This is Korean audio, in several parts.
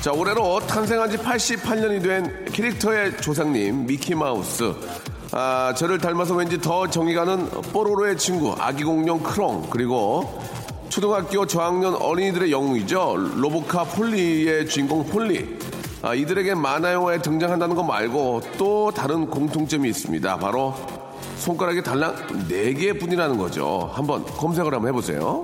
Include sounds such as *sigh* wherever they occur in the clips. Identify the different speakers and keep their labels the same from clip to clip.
Speaker 1: 자, 올해로 탄생한 지 88년이 된 캐릭터의 조상님, 미키마우스. 아, 저를 닮아서 왠지 더 정이 가는 뽀로로의 친구, 아기 공룡 크롱, 그리고 초등학교 저학년 어린이들의 영웅이죠. 로보카 폴리의 주인공 폴리. 아, 이들에게 만화 영화에 등장한다는 것 말고 또 다른 공통점이 있습니다. 바로 손가락이 달랑 4개 뿐이라는 거죠. 한번 검색을 한번 해보세요.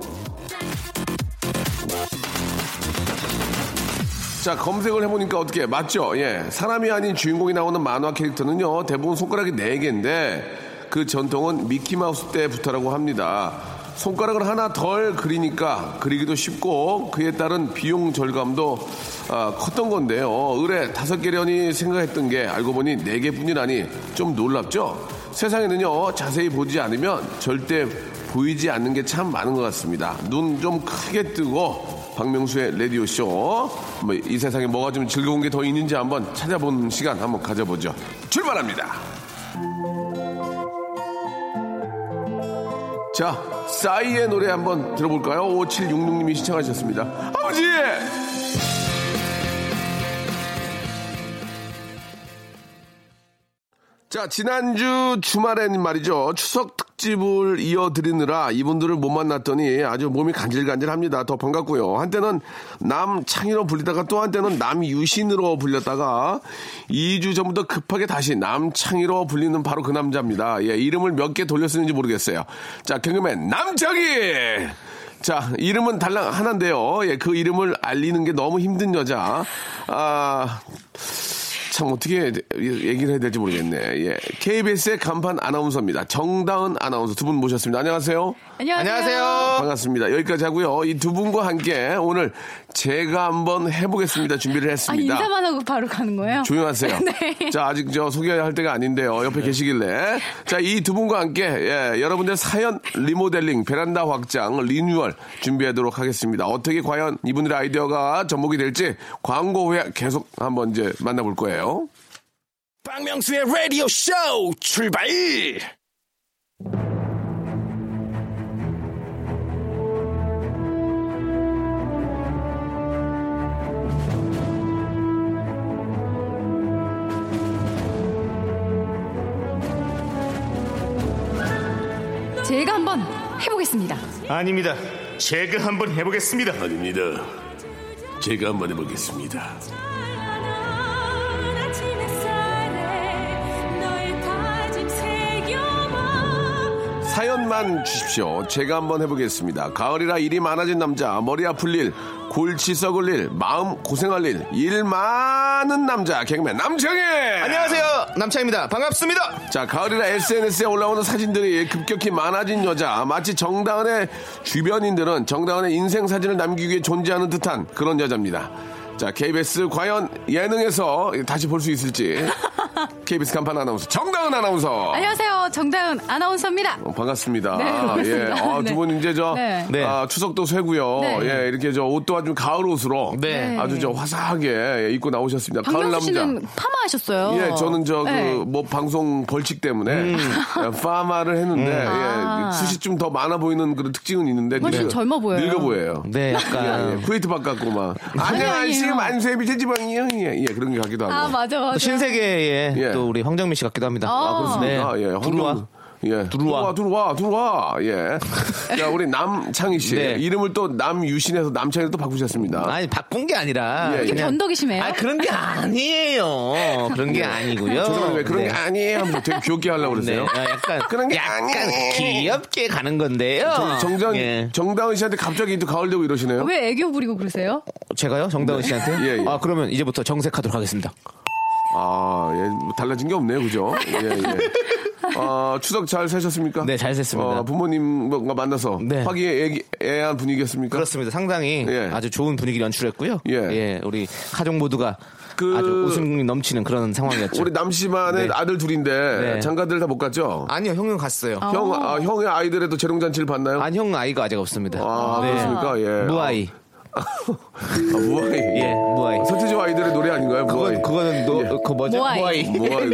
Speaker 1: 자 검색을 해보니까 어떻게 맞죠? 예 사람이 아닌 주인공이 나오는 만화 캐릭터는요 대부분 손가락이 네 개인데 그 전통은 미키 마우스 때부터라고 합니다. 손가락을 하나 덜 그리니까 그리기도 쉽고 그에 따른 비용 절감도 아, 컸던 건데요. 의뢰 다섯 개려니 생각했던 게 알고 보니 네 개뿐이라니 좀 놀랍죠? 세상에는요 자세히 보지 않으면 절대 보이지 않는 게 참 많은 것 같습니다. 눈 좀 크게 뜨고 박명수의 라디오쇼. 뭐이 세상에 뭐가 좀 즐거운 게 더 있는지 한번 찾아보는 시간 한번 가져보죠. 출발합니다. 자, 싸이의 노래 한번 들어볼까요? 5766님이 신청하셨습니다. 아버지! 자, 지난주 주말엔 말이죠. 추석 특집을 이어드리느라 이분들을 못 만났더니 아주 몸이 간질간질합니다. 더 반갑고요. 한때는 남창희로 불리다가 또 한때는 남유신으로 불렸다가 2주 전부터 급하게 다시 남창희로 불리는 바로 그 남자입니다. 예, 이름을 몇 개 돌렸는지 모르겠어요. 자, 경험맨 남창희! 자, 이름은 달랑 하나인데요. 예, 그 이름을 알리는 게 너무 힘든 여자. 아, 참 어떻게 얘기를 해야 될지 모르겠네. 예. KBS의 간판 아나운서입니다. 정다은 아나운서 두 분 모셨습니다. 안녕하세요.
Speaker 2: 안녕하세요.
Speaker 1: 반갑습니다. 여기까지 하고요. 이 두 분과 함께 오늘 제가 한번 해보겠습니다. 준비를
Speaker 3: 아
Speaker 1: 했습니다.
Speaker 3: 인사만 하고 바로 가는 거예요?
Speaker 1: 조용하세요.
Speaker 3: *laughs* 네.
Speaker 1: 자, 아직 저 소개할 때가 아닌데요. 옆에 계시길래. 자, 이 두 분과 함께, 예, 여러분들 사연 리모델링, 베란다 확장, 리뉴얼 준비하도록 하겠습니다. 어떻게 과연 이분들의 아이디어가 접목이 될지 광고 후에 계속 한번 이제 만나볼 거예요.
Speaker 4: 박명수의 라디오 쇼 출발!
Speaker 3: 제가 한번 해보겠습니다.
Speaker 4: 아닙니다. 제가 한번 해보겠습니다.
Speaker 1: 아닙니다. 제가 한번 해보겠습니다. 사연만 주십시오. 제가 한번 해보겠습니다. 가을이라 일이 많아진 남자, 머리 아플 일, 골치 썩을 일, 마음 고생할 일, 일 많은 남자, 개그맨 남창희!
Speaker 4: 안녕하세요. 남창입니다. 반갑습니다.
Speaker 1: 자, 가을이라 SNS에 올라오는 사진들이 급격히 많아진 여자, 마치 정다은의 주변인들은 정다은의 인생 사진을 남기기 위해 존재하는 듯한 그런 여자입니다. 자, KBS 과연 예능에서 다시 볼 수 *laughs* 있을지. KBS 간판 아나운서 정다은 아나운서.
Speaker 3: 안녕하세요 정다은 아나운서입니다.
Speaker 1: 어, 반갑습니다.
Speaker 3: 네, 반갑습니다.
Speaker 1: 예. 아,
Speaker 3: 네.
Speaker 1: 두분 이제 저
Speaker 3: 네.
Speaker 4: 네.
Speaker 1: 아, 추석도 쇠고요.
Speaker 3: 네.
Speaker 1: 예, 이렇게 저 옷도 아주 가을 옷으로
Speaker 4: 네.
Speaker 1: 아주 저 화사하게 예, 입고 나오셨습니다. 가을
Speaker 3: 박명수
Speaker 1: 남자.
Speaker 3: 씨는 파마하셨어요.
Speaker 1: 예, 저는 저 그
Speaker 3: 네.
Speaker 1: 뭐 방송 벌칙 때문에
Speaker 4: 음.
Speaker 1: 예, 파마를 했는데
Speaker 3: 아.
Speaker 1: 예, 숱이 좀 더 많아 보이는 그런 특징은 있는데
Speaker 3: 훨씬
Speaker 1: 늙어-
Speaker 3: 젊어 보여요.
Speaker 1: 늙어 보여요.
Speaker 4: 네, 약간
Speaker 1: 예, 쿠웨이트 밥 같고 막
Speaker 3: 아니에요.
Speaker 1: 안녕하세요 만세 미세지방이요 예, 예 그런 게 같기도 하고
Speaker 3: 아 맞아 맞아.
Speaker 4: 또 신세계의
Speaker 1: 예.
Speaker 4: 또 우리 황정민 씨 같기도 합니다. 네.
Speaker 3: 아,
Speaker 5: 네.
Speaker 1: 아, 예,
Speaker 4: 불우와.
Speaker 1: 황정, 예.
Speaker 5: 들어와.
Speaker 1: 들어와, 들어와, 예. 자, 우리 남창희
Speaker 5: *laughs*
Speaker 1: 씨.
Speaker 5: 네.
Speaker 1: 이름을 또 남유신에서 남창희로 또 바꾸셨습니다.
Speaker 5: 아니 바꾼 게 아니라
Speaker 1: 예, 예.
Speaker 5: 그냥-
Speaker 3: 변덕이 심해요? 네.
Speaker 5: 아 그런 게 아니에요. 그런 게 아니고요.
Speaker 1: 죄송한데 왜 그런
Speaker 5: 네.
Speaker 1: 게 아니에요? 한번 되게 귀엽게 하려고
Speaker 5: 네,
Speaker 1: 그러세요?
Speaker 5: 아, 약간
Speaker 1: 그런 게
Speaker 5: 약간
Speaker 1: 아니에요.
Speaker 5: 귀엽게 가는 건데요.
Speaker 1: 정정,
Speaker 5: 예.
Speaker 1: 정다은 씨한테 갑자기 또 가을 되고 이러시네요.
Speaker 3: 왜 애교 부리고 그러세요?
Speaker 5: 제가요 정다은 씨한테.
Speaker 1: 예, 예.
Speaker 5: 아 그러면 이제부터 정색하도록 하겠습니다.
Speaker 1: 아, 예, 뭐 달라진 게 없네요, 그죠? 예, 예.
Speaker 5: *laughs*
Speaker 1: 아, 추석 잘 사셨습니까?
Speaker 5: 네, 잘 샜습니다.
Speaker 1: 어, 부모님과 만나서
Speaker 5: 네.
Speaker 1: 화기애애한 분위기였습니까?
Speaker 5: 그렇습니다. 상당히
Speaker 1: 예.
Speaker 5: 아주 좋은 분위기를 연출했고요.
Speaker 1: 예.
Speaker 5: 우리 가족 모두가
Speaker 1: 그-
Speaker 5: 아주 웃음이 넘치는 그런 상황이었죠.
Speaker 1: 우리 남씨만의
Speaker 5: 네.
Speaker 1: 아들 둘인데
Speaker 5: 네.
Speaker 1: 장가들 다 못 갔죠?
Speaker 5: 아니요, 형은 갔어요.
Speaker 1: 형, 아, 형의 아이들의 또 재롱잔치를 봤나요?
Speaker 5: 아니, 형 아이가 아직 없습니다.
Speaker 1: 아,
Speaker 5: 네.
Speaker 1: 그렇습니까? 예.
Speaker 5: 무아이.
Speaker 1: 아, 무아이.
Speaker 5: 예, 무아이.
Speaker 1: 서태지 아이들의 노래 아닌가요? 무아이.
Speaker 5: 그건, 그거는 너,
Speaker 1: 어. 예.
Speaker 5: 그 뭐죠? *laughs*
Speaker 3: 무아이.
Speaker 1: 무아이.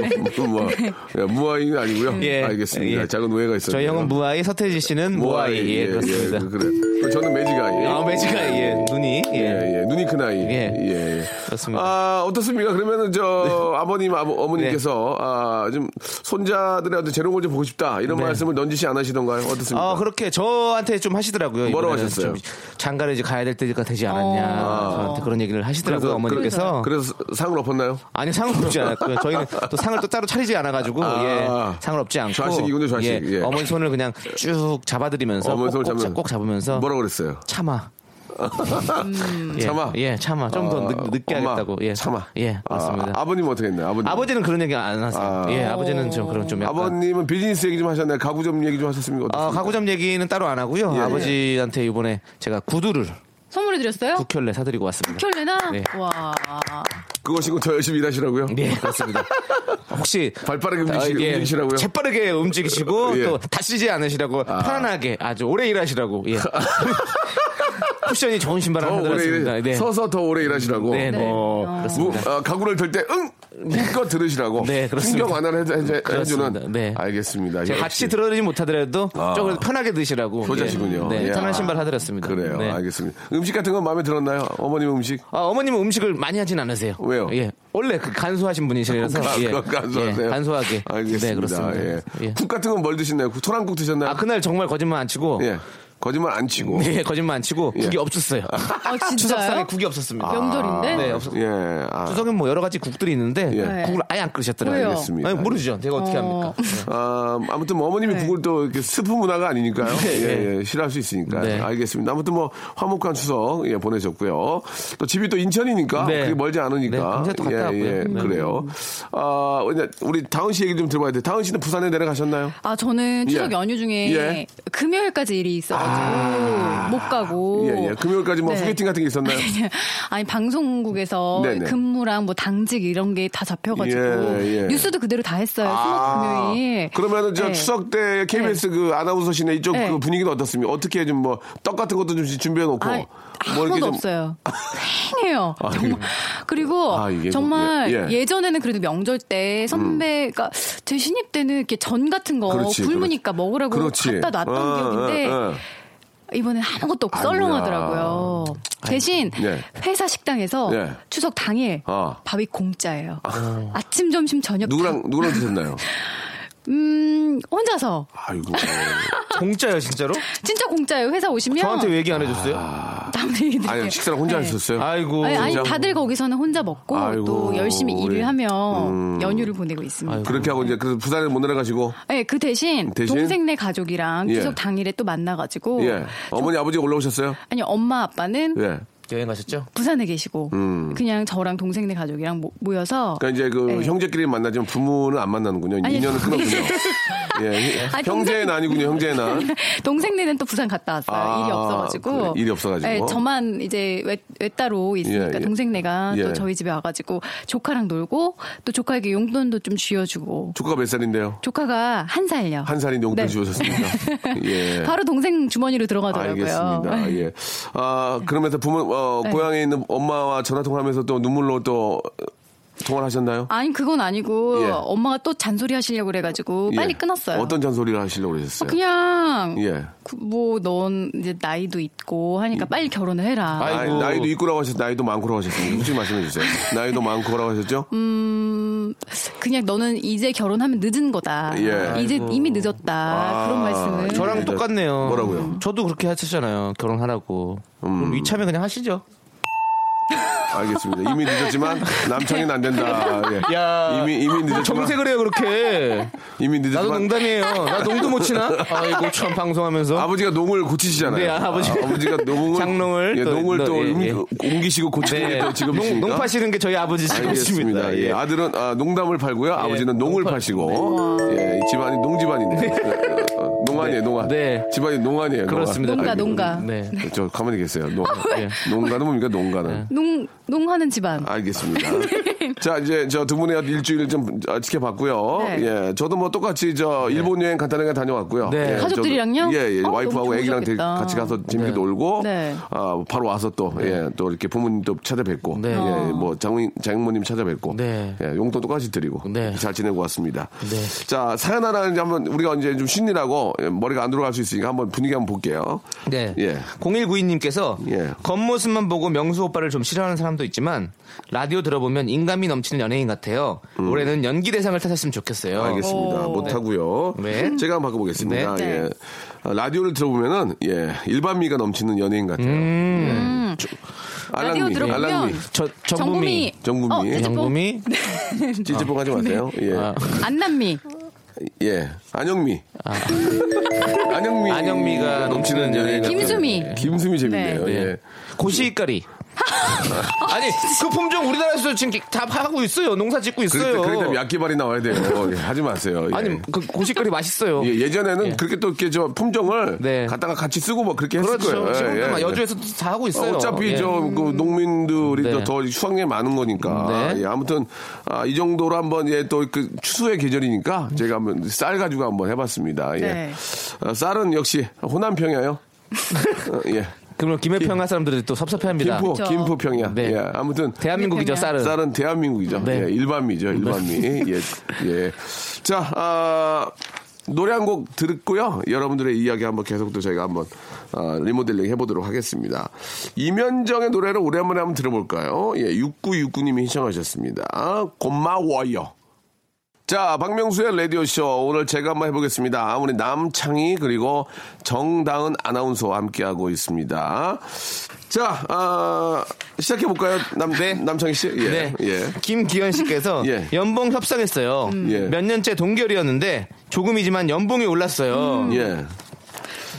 Speaker 1: 무아이. 예, 무아이는 아니고요.
Speaker 5: 예.
Speaker 1: 알겠습니다.
Speaker 5: 예.
Speaker 1: 작은 오해가 있었어요.
Speaker 5: 저희 형은 무아이, 서태지 씨는 무아이. 예, 그렇습니다.
Speaker 1: 그- 그래. 저는 매직 아이.
Speaker 5: 아, 매지가, 예, 눈이. 예.
Speaker 1: 예, 예. 눈이 큰 아이.
Speaker 5: 예.
Speaker 1: 예, 예.
Speaker 5: 그렇습니다. 네.
Speaker 1: 아, 어떻습니까? 그러면은 저 아버님, 아버, 어머님께서 아, 좀 손자들의 어떤 재롱을 좀 보고 싶다. 이런
Speaker 5: 네.
Speaker 1: 말씀을 넌지시 안 하시던가요? 어떻습니까?
Speaker 5: 아, 그렇게 저한테 좀 하시더라고요.
Speaker 1: 뭐라고
Speaker 5: 이번에는
Speaker 1: 하셨어요?
Speaker 5: 좀 장가를 이제 가야 될 때가 되지 않았냐. 저한테 그런 얘기를 하시더라고요, 어머니께서.
Speaker 1: 그러니까 그래서 상을 엎었나요?
Speaker 5: 아니 상을 없지 않았고요. 그 저희는 또 상을 또 따로 차리지 않아가지고
Speaker 1: 아.
Speaker 5: 예, 상을 없지 않고
Speaker 1: 좌식이군요, 좌식.
Speaker 5: 예,
Speaker 1: 예.
Speaker 5: 어머니 손을 그냥 쭉 잡아드리면서
Speaker 1: 어머니
Speaker 5: 꼭,
Speaker 1: 손을
Speaker 5: 꼭,
Speaker 1: 잡으면-
Speaker 5: 잡- 꼭 잡으면서
Speaker 1: 뭐라고 그랬어요?
Speaker 5: 참아. 예,
Speaker 1: 참아.
Speaker 5: 예, 참아. 좀 더
Speaker 1: 아,
Speaker 5: 늦게
Speaker 1: 엄마,
Speaker 5: 하겠다고. 예,
Speaker 1: 참아.
Speaker 5: 예, 맞습니다.
Speaker 1: 아, 버님 어떻게 했나요? 아버님.
Speaker 5: 아, 버지는 그런 얘기 안 하세요.
Speaker 1: 아.
Speaker 5: 예, 아버지는 좀 그런 좀 약간
Speaker 1: 아버님은 비즈니스 얘기 좀 하셨나요? 가구점 얘기 좀 하셨습니까?
Speaker 5: 아,
Speaker 1: 어떻습니까?
Speaker 5: 가구점 얘기는 따로 안 하고요.
Speaker 1: 예,
Speaker 5: 아버지한테 이번에 제가 구두를
Speaker 3: 선물해 드렸어요?
Speaker 5: 국혈레 사드리고
Speaker 1: *laughs*
Speaker 5: 왔습니다.
Speaker 3: 켤레나?
Speaker 5: 네.
Speaker 3: 와.
Speaker 1: 그거 신고 더 열심히 일하시라고요?
Speaker 5: 예, 그렇습니다. 혹시
Speaker 1: 발 빠르게 움직이,
Speaker 5: 아, 예.
Speaker 1: 움직이시라고요?
Speaker 5: 재빠르게 움직이시고
Speaker 1: *laughs* 예.
Speaker 5: 또 다치지 않으시라고 편안하게 아주 오래 일하시라고.
Speaker 1: *laughs*
Speaker 5: 예. 쿠션이 좋은 신발
Speaker 1: 더
Speaker 5: 하나
Speaker 1: 오래 일,
Speaker 5: 들었습니다. 네.
Speaker 1: 서서 더 오래 일하시라고.
Speaker 5: 네, 네.
Speaker 1: 어, 무, 아, 가구를 들 때, 응! 힘껏 들으시라고.
Speaker 5: 네, 그렇습니다.
Speaker 1: 신경 완화를 해, 주는
Speaker 5: 그렇습니다. 네.
Speaker 1: 알겠습니다.
Speaker 5: 제가
Speaker 1: 역시. 아.
Speaker 5: 같이 들어드리지 못하더라도 조금 편하게 드시라고.
Speaker 1: 효자시군요.
Speaker 5: 예. 네,
Speaker 1: 예.
Speaker 5: 편한 신발 사드렸습니다.
Speaker 1: 그래요.
Speaker 5: 네.
Speaker 1: 알겠습니다. 음식 같은 건 마음에 들었나요? 어머님 음식?
Speaker 5: 아, 어머님은 음식을 많이 하진 않으세요.
Speaker 1: 왜요?
Speaker 5: 예. 원래 그 간소하신 분이시라서.
Speaker 1: 가-
Speaker 5: 예.
Speaker 1: 가- 간소하세요.
Speaker 5: 예, 간소하게.
Speaker 1: 알겠습니다.
Speaker 5: 네, 그렇습니다.
Speaker 1: 예.
Speaker 5: 예.
Speaker 1: 국 같은 건 뭘 드셨나요? 국, 토랑국 드셨나요?
Speaker 5: 아, 그날 정말 거짓말 안 치고.
Speaker 1: 예. 거짓말 안 치고.
Speaker 5: 예, 거짓말 안 치고 국이 없었어요.
Speaker 3: 아,
Speaker 5: 추석상에
Speaker 3: 진짜요?
Speaker 5: 국이 없었습니다.
Speaker 3: 명절인데?
Speaker 5: 네, 없었
Speaker 1: 아. 예. 아.
Speaker 5: 추석엔 뭐 여러 가지 국들이 있는데
Speaker 1: 예.
Speaker 5: 국을 아예 안 끓이셨더라고요.
Speaker 3: 왜요?
Speaker 1: 알겠습니다.
Speaker 5: 아니, 모르죠. 제가 어떻게 합니까?
Speaker 1: 아, 아무튼 뭐 어머님이
Speaker 3: 네.
Speaker 1: 국을 또 이렇게 스프 문화가 아니니까요. 예, 예, 싫어할 수 있으니까.
Speaker 5: 네.
Speaker 1: 알겠습니다. 아무튼 뭐 화목한 추석 예, 보내셨고요. 또 집이 또 인천이니까
Speaker 5: 네.
Speaker 1: 그게 멀지 않으니까.
Speaker 5: 네, 금세 또 갔다 왔고요.
Speaker 1: 예,
Speaker 5: 네.
Speaker 1: 그래요. 아, 이제 우리 다은 씨 얘기 좀 들어봐야 돼. 다은 씨는 부산에 내려가셨나요?
Speaker 3: 아, 저는
Speaker 1: 예.
Speaker 3: 추석 연휴 중에
Speaker 1: 예. 아.
Speaker 3: 금요일까지 일이 있어가지고 못 가고.
Speaker 1: 예, 예. 금요일까지 뭐
Speaker 3: 네.
Speaker 1: 소개팅 같은 게 있었나요?
Speaker 3: *laughs*
Speaker 1: *laughs*
Speaker 3: 아니 방송국에서
Speaker 1: 네네.
Speaker 3: 근무랑 뭐 당직 이런 게 다 잡혀가지고
Speaker 1: 예, 예.
Speaker 3: 뉴스도 그대로 다 했어요. 수목 금요일.
Speaker 1: 아, 그러면은 저
Speaker 3: 네.
Speaker 1: 추석 때 KBS 그 아나운서실에 이쪽
Speaker 3: 네.
Speaker 1: 그 분위기는 어떻습니까? 어떻게 좀 뭐 떡 같은 것도 좀 준비해 놓고
Speaker 3: 아,
Speaker 1: 뭐
Speaker 3: 아무도 없어요.
Speaker 1: *laughs*
Speaker 3: 생해요. 정말. 그리고
Speaker 1: 아, 이게 뭐,
Speaker 3: 정말
Speaker 1: 예, 예.
Speaker 3: 예. 전에는 그래도 명절 때 선배가 제 신입 때는 이렇게 전 같은 거
Speaker 1: 그렇지,
Speaker 3: 굶으니까 먹으라고
Speaker 1: 그렇지.
Speaker 3: 갖다 놨던
Speaker 1: 어,
Speaker 3: 기억인데
Speaker 1: 어, 어.
Speaker 3: 이번엔 아무것도 없고
Speaker 1: 아니야.
Speaker 3: 썰렁하더라고요. 대신
Speaker 1: 예.
Speaker 3: 회사 식당에서
Speaker 1: 예.
Speaker 3: 추석 당일
Speaker 1: 아.
Speaker 3: 밥이 공짜예요. 아. 침 점심 저녁
Speaker 1: 누구랑 누구랑
Speaker 3: *laughs*
Speaker 1: 드셨나요?
Speaker 3: 다- 음 혼자서
Speaker 1: 아이고.
Speaker 5: 예. 공짜요, 진짜로?
Speaker 3: 진짜 공짜예요. 회사 오시면
Speaker 5: 저한테 왜 얘기 안 해줬어요?
Speaker 1: 아.
Speaker 3: 다음 얘기 드릴게요.
Speaker 1: 아니 식사를 혼자
Speaker 3: 네.
Speaker 1: 하셨어요?
Speaker 5: 아이고.
Speaker 3: 아니, 아니,
Speaker 1: 진짜?
Speaker 3: 다들 거기서는 혼자 먹고
Speaker 1: 아이고,
Speaker 3: 또 열심히
Speaker 1: 우리. 음.
Speaker 3: 일을 하며 연휴를 보내고 있습니다.
Speaker 1: 그렇게 하고 이제 그 부산에 못 내려가시고
Speaker 3: 네, 그 대신,
Speaker 1: 대신?
Speaker 3: 동생네 가족이랑
Speaker 1: 예.
Speaker 3: 추석 당일에 또 만나가지고
Speaker 1: 예 어머니 아버지 올라오셨어요?
Speaker 3: 아니 엄마 아빠는
Speaker 1: 예. 음.
Speaker 5: 여행 가셨죠?
Speaker 3: 부산에 계시고 그냥 저랑 동생네 가족이랑 모, 모여서
Speaker 1: 그러니까 이제 그
Speaker 3: 네.
Speaker 1: 형제끼리 만나지만 부모는 안 만나는군요.
Speaker 3: 아니,
Speaker 1: 인연은
Speaker 3: *laughs*
Speaker 1: 끊었군요. 예.
Speaker 3: 아니,
Speaker 1: 형제의 난이군요. 형제의 난.
Speaker 3: *laughs* 동생네는 또 부산 갔다 왔어요.
Speaker 1: 아,
Speaker 3: 일이 없어가지고.
Speaker 1: 그래, 일이 없어가지고.
Speaker 3: 네, 저만 이제 외, 외따로 있으니까
Speaker 1: 예, 예.
Speaker 3: 동생네가
Speaker 1: 예.
Speaker 3: 또 저희 집에 와가지고 조카랑 놀고 또 조카에게 용돈도 좀 쥐어주고
Speaker 1: 조카가 몇 살인데요?
Speaker 3: 조카가 한 살요.
Speaker 1: 한 살인 용돈
Speaker 3: 네. *laughs*
Speaker 1: 주셨습니까? 예.
Speaker 3: 바로 동생 주머니로 들어가더라고요. 네.
Speaker 1: 알겠습니다. 예. 아 그러면서 부모 어, 고향에 있는 엄마와 전화 통화하면서 또 눈물로 또 통화를 하셨나요?
Speaker 3: 아니 그건 아니고
Speaker 1: 예.
Speaker 3: 엄마가 또 잔소리 하시려고 그래가지고 빨리
Speaker 1: 예.
Speaker 3: 끊었어요. 아,
Speaker 1: 어떤 잔소리를 하시려고 그러셨어요?
Speaker 3: 그냥
Speaker 1: 예.
Speaker 3: 뭐 넌 이제 나이도 있고 하니까 빨리 결혼을 해라.
Speaker 1: 나이,
Speaker 5: 아이고.
Speaker 3: 음.
Speaker 1: 나이도 있고라고 하셨, 나이도 많고라고 하셨습니다. 솔직히 말씀해 주세요. 나이도 많고라고 하셨죠?
Speaker 3: 좀 그냥 너는 이제 결혼하면 늦은 거다.
Speaker 1: 예.
Speaker 3: 이제 이미 늦었다. 그런 말씀을.
Speaker 5: 저랑 똑같네요.
Speaker 1: 뭐라고요? 음.
Speaker 5: 저도 그렇게 하셨잖아요. 결혼하라고. 그럼 이참에 그냥 하시죠.
Speaker 1: 알겠습니다. 이미 늦었지만 남창이는 안 된다. 예.
Speaker 5: 야.
Speaker 1: 이미 이미 늦었지만
Speaker 5: 아, 정색을 해요 그렇게.
Speaker 1: 이미
Speaker 5: 나도
Speaker 1: 늦었지만
Speaker 5: 농담이에요. 나 농도 못 치나? 아이고 참 방송하면서.
Speaker 1: 아버지가 농을 고치시잖아요.
Speaker 5: 네, 아버지.
Speaker 1: 가 농을
Speaker 5: *laughs* 장농을
Speaker 1: 예,
Speaker 5: 또-
Speaker 1: 농을
Speaker 5: 또-
Speaker 1: 또
Speaker 5: 예,
Speaker 1: 옮-
Speaker 5: 예.
Speaker 1: 옮기시고 고치는
Speaker 5: 네.
Speaker 1: 게또 지금
Speaker 5: 농, 농 파시는 게 저희 아버지 직업입니다. 예,
Speaker 1: 알겠습니다. 예. 아들은 아, 농담을 팔고요. 아버지는 농을 파시고 예, 이 집안이 농집안이네요.
Speaker 5: *laughs*
Speaker 1: 어, 어, 농안이에요, 농안.
Speaker 5: 네.
Speaker 1: 집안이 농안이에요. 농안.
Speaker 5: 그렇습니다.
Speaker 3: 농가
Speaker 1: 알겠습니다.
Speaker 3: 농가
Speaker 5: 네.
Speaker 1: 저 가만히 계세요. 농,
Speaker 3: 아,
Speaker 1: 예. 농가는 뭡니까 농가는?
Speaker 3: 농 농하는 집안.
Speaker 1: 아, 알겠습니다.
Speaker 3: 네.
Speaker 1: 자, 이제 저 두 분의 일주일 좀 어, 지켜봤고요.
Speaker 3: 네.
Speaker 1: 예, 저도 뭐 똑같이 저 일본 여행 간단하게 다녀왔고요.
Speaker 5: 네.
Speaker 1: 예, 저도-
Speaker 3: 가족들이랑요?
Speaker 1: 예, 예.
Speaker 3: 어,
Speaker 1: 와이프하고
Speaker 3: 너무
Speaker 1: 애기랑 데-
Speaker 3: 좋으셨겠다.
Speaker 1: 같이 가서 재밌게 놀고,
Speaker 3: 네.
Speaker 1: 아, 바로 와서 또, 예, 또 이렇게 부모님도 찾아뵙고,
Speaker 5: 네.
Speaker 3: 어.
Speaker 1: 예, 뭐 장인, 장모님 찾아뵙고,
Speaker 5: 네.
Speaker 1: 예, 용돈 똑같이 드리고,
Speaker 5: 네.
Speaker 1: 잘 지내고 왔습니다.
Speaker 3: 네.
Speaker 1: 자, 사연 하나 이제 한번 우리가 이제 좀 신이라고 예, 머리가 안 돌아갈 수 있으니까 한번 분위기 한번 볼게요.
Speaker 5: 네.
Speaker 1: 예.
Speaker 5: 0192님께서
Speaker 1: 예.
Speaker 5: 겉모습만 보고 명수 오빠를 좀 싫어하는 사람도 있지만 라디오 들어보면 인간미 넘치는 연예인 같아요. 올해는 연기 대상을 타셨으면 좋겠어요.
Speaker 1: 음. 알겠습니다. 못하고요.
Speaker 5: 네.
Speaker 1: 제가 한번 바꿔보겠습니다.
Speaker 3: 네.
Speaker 1: 예. 아, 라디오를 들어보면은 예 일반미가 넘치는 연예인 같아요. 예.
Speaker 3: 라디오
Speaker 1: 알랑미,
Speaker 3: 들어보면
Speaker 1: 알랑미,
Speaker 5: 저 정부미. 예,
Speaker 3: 정부미.
Speaker 1: 정부미.
Speaker 3: 어, 찌찌뽕.
Speaker 5: 정부미.
Speaker 1: 찌찌뽕 하지 마세요. 예,
Speaker 3: 안남미.
Speaker 1: 예, 안영미, 안영미,
Speaker 5: 안영미가 넘치는 연예인
Speaker 1: 같아요.
Speaker 3: 김수미.
Speaker 1: 예. 김수미 재밌네요.
Speaker 5: 네.
Speaker 1: 예.
Speaker 3: *laughs*
Speaker 5: 고시까리. 아니 그 품종 우리나라에서 지금 다 하고 있어요. 농사 짓고
Speaker 1: 그럴 때
Speaker 5: 있어요.
Speaker 1: 그럴 때 약기발이 나와야 돼요. 예, 하지 마세요. 예.
Speaker 5: 아니 그 고시까리 맛있어요.
Speaker 1: 예, 예전에는 그렇게 또 이렇게 저 품종을
Speaker 5: 네.
Speaker 1: 갖다가 같이 쓰고 뭐 그렇게 했을
Speaker 5: 그렇죠.
Speaker 1: 거예요.
Speaker 5: 지금도
Speaker 1: 예,
Speaker 5: 막
Speaker 1: 예.
Speaker 5: 여주에서 다 하고 있어요.
Speaker 1: 어차피
Speaker 5: 예.
Speaker 1: 저그 농민들이
Speaker 5: 네.
Speaker 1: 또 더 수확량이 많은 거니까.
Speaker 5: 네.
Speaker 1: 예, 아무튼 아, 이 정도로 한번 예, 또 그 추수의 계절이니까 제가 한번 쌀 가지고 한번 해봤습니다. 예.
Speaker 3: 네.
Speaker 1: 아, 쌀은 역시 호남 평야요.
Speaker 5: *laughs*
Speaker 1: 어, 예.
Speaker 5: 그러면 김해평화 사람들이 또 섭섭해합니다.
Speaker 1: 김포
Speaker 3: 그쵸.
Speaker 1: 김포 평야.
Speaker 5: 네.
Speaker 1: 예. 아무튼
Speaker 5: 대한민국이죠
Speaker 3: 김해평야.
Speaker 5: 쌀은.
Speaker 1: 쌀은 대한민국이죠.
Speaker 5: 네.
Speaker 1: 예, 일반미죠. 일반미. 예. 예. 자, 아, 노래 한 곡 듣고요. 여러분들의 이야기 한번 계속 또 저희가 한번 아, 리모델링 해보도록 하겠습니다. 이면정의 노래를 오랜만에 한번 들어볼까요? 예, 6969님이 신청하셨습니다. 아, 고마워요. 자, 박명수의 라디오쇼. 오늘 제가 한번 해보겠습니다. 우리 남창희, 그리고 정다은 아나운서와 함께하고 있습니다. 자, 아, 시작해볼까요? 남, 남창희 씨? 예.
Speaker 5: 네.
Speaker 1: 예.
Speaker 5: 김기현 씨께서
Speaker 1: *laughs* 예.
Speaker 5: 연봉 협상했어요.
Speaker 3: 음.
Speaker 1: 예.
Speaker 5: 몇 년째 동결이었는데 조금이지만 연봉이 올랐어요.
Speaker 3: 음.
Speaker 1: 예.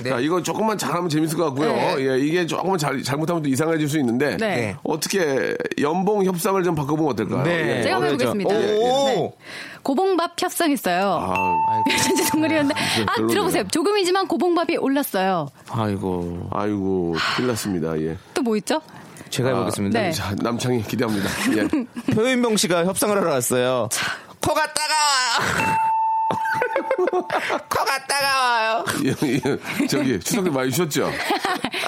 Speaker 3: 네.
Speaker 1: 자, 이거 조금만 잘하면 재밌을 것 같고요. 예, 이게 조금만 잘, 잘못하면 또 이상해질 수 있는데.
Speaker 3: 네.
Speaker 1: 어떻게 연봉 협상을 좀 바꿔보면 어떨까요? 예.
Speaker 3: 네. 제가 한번 해보겠습니다. 네.
Speaker 5: 오!
Speaker 3: 고봉밥 협상했어요.
Speaker 1: 아,
Speaker 3: *laughs* 진짜 정글이었는데 아 들어보세요. 조금이지만 고봉밥이 올랐어요.
Speaker 5: 아이고.
Speaker 1: 아이고, 큰일 났습니다. 예.
Speaker 3: 또 뭐 있죠?
Speaker 5: 제가 해보겠습니다.
Speaker 3: 네.
Speaker 1: 자, 남창희 기대합니다.
Speaker 3: *laughs*
Speaker 5: *laughs*
Speaker 1: 예.
Speaker 5: 표인병 씨가 협상을 하러 왔어요. 코가 따가워! *laughs* 코가 따가워요.
Speaker 1: 예, 예. 저기, 추석 때 많이 쉬었죠?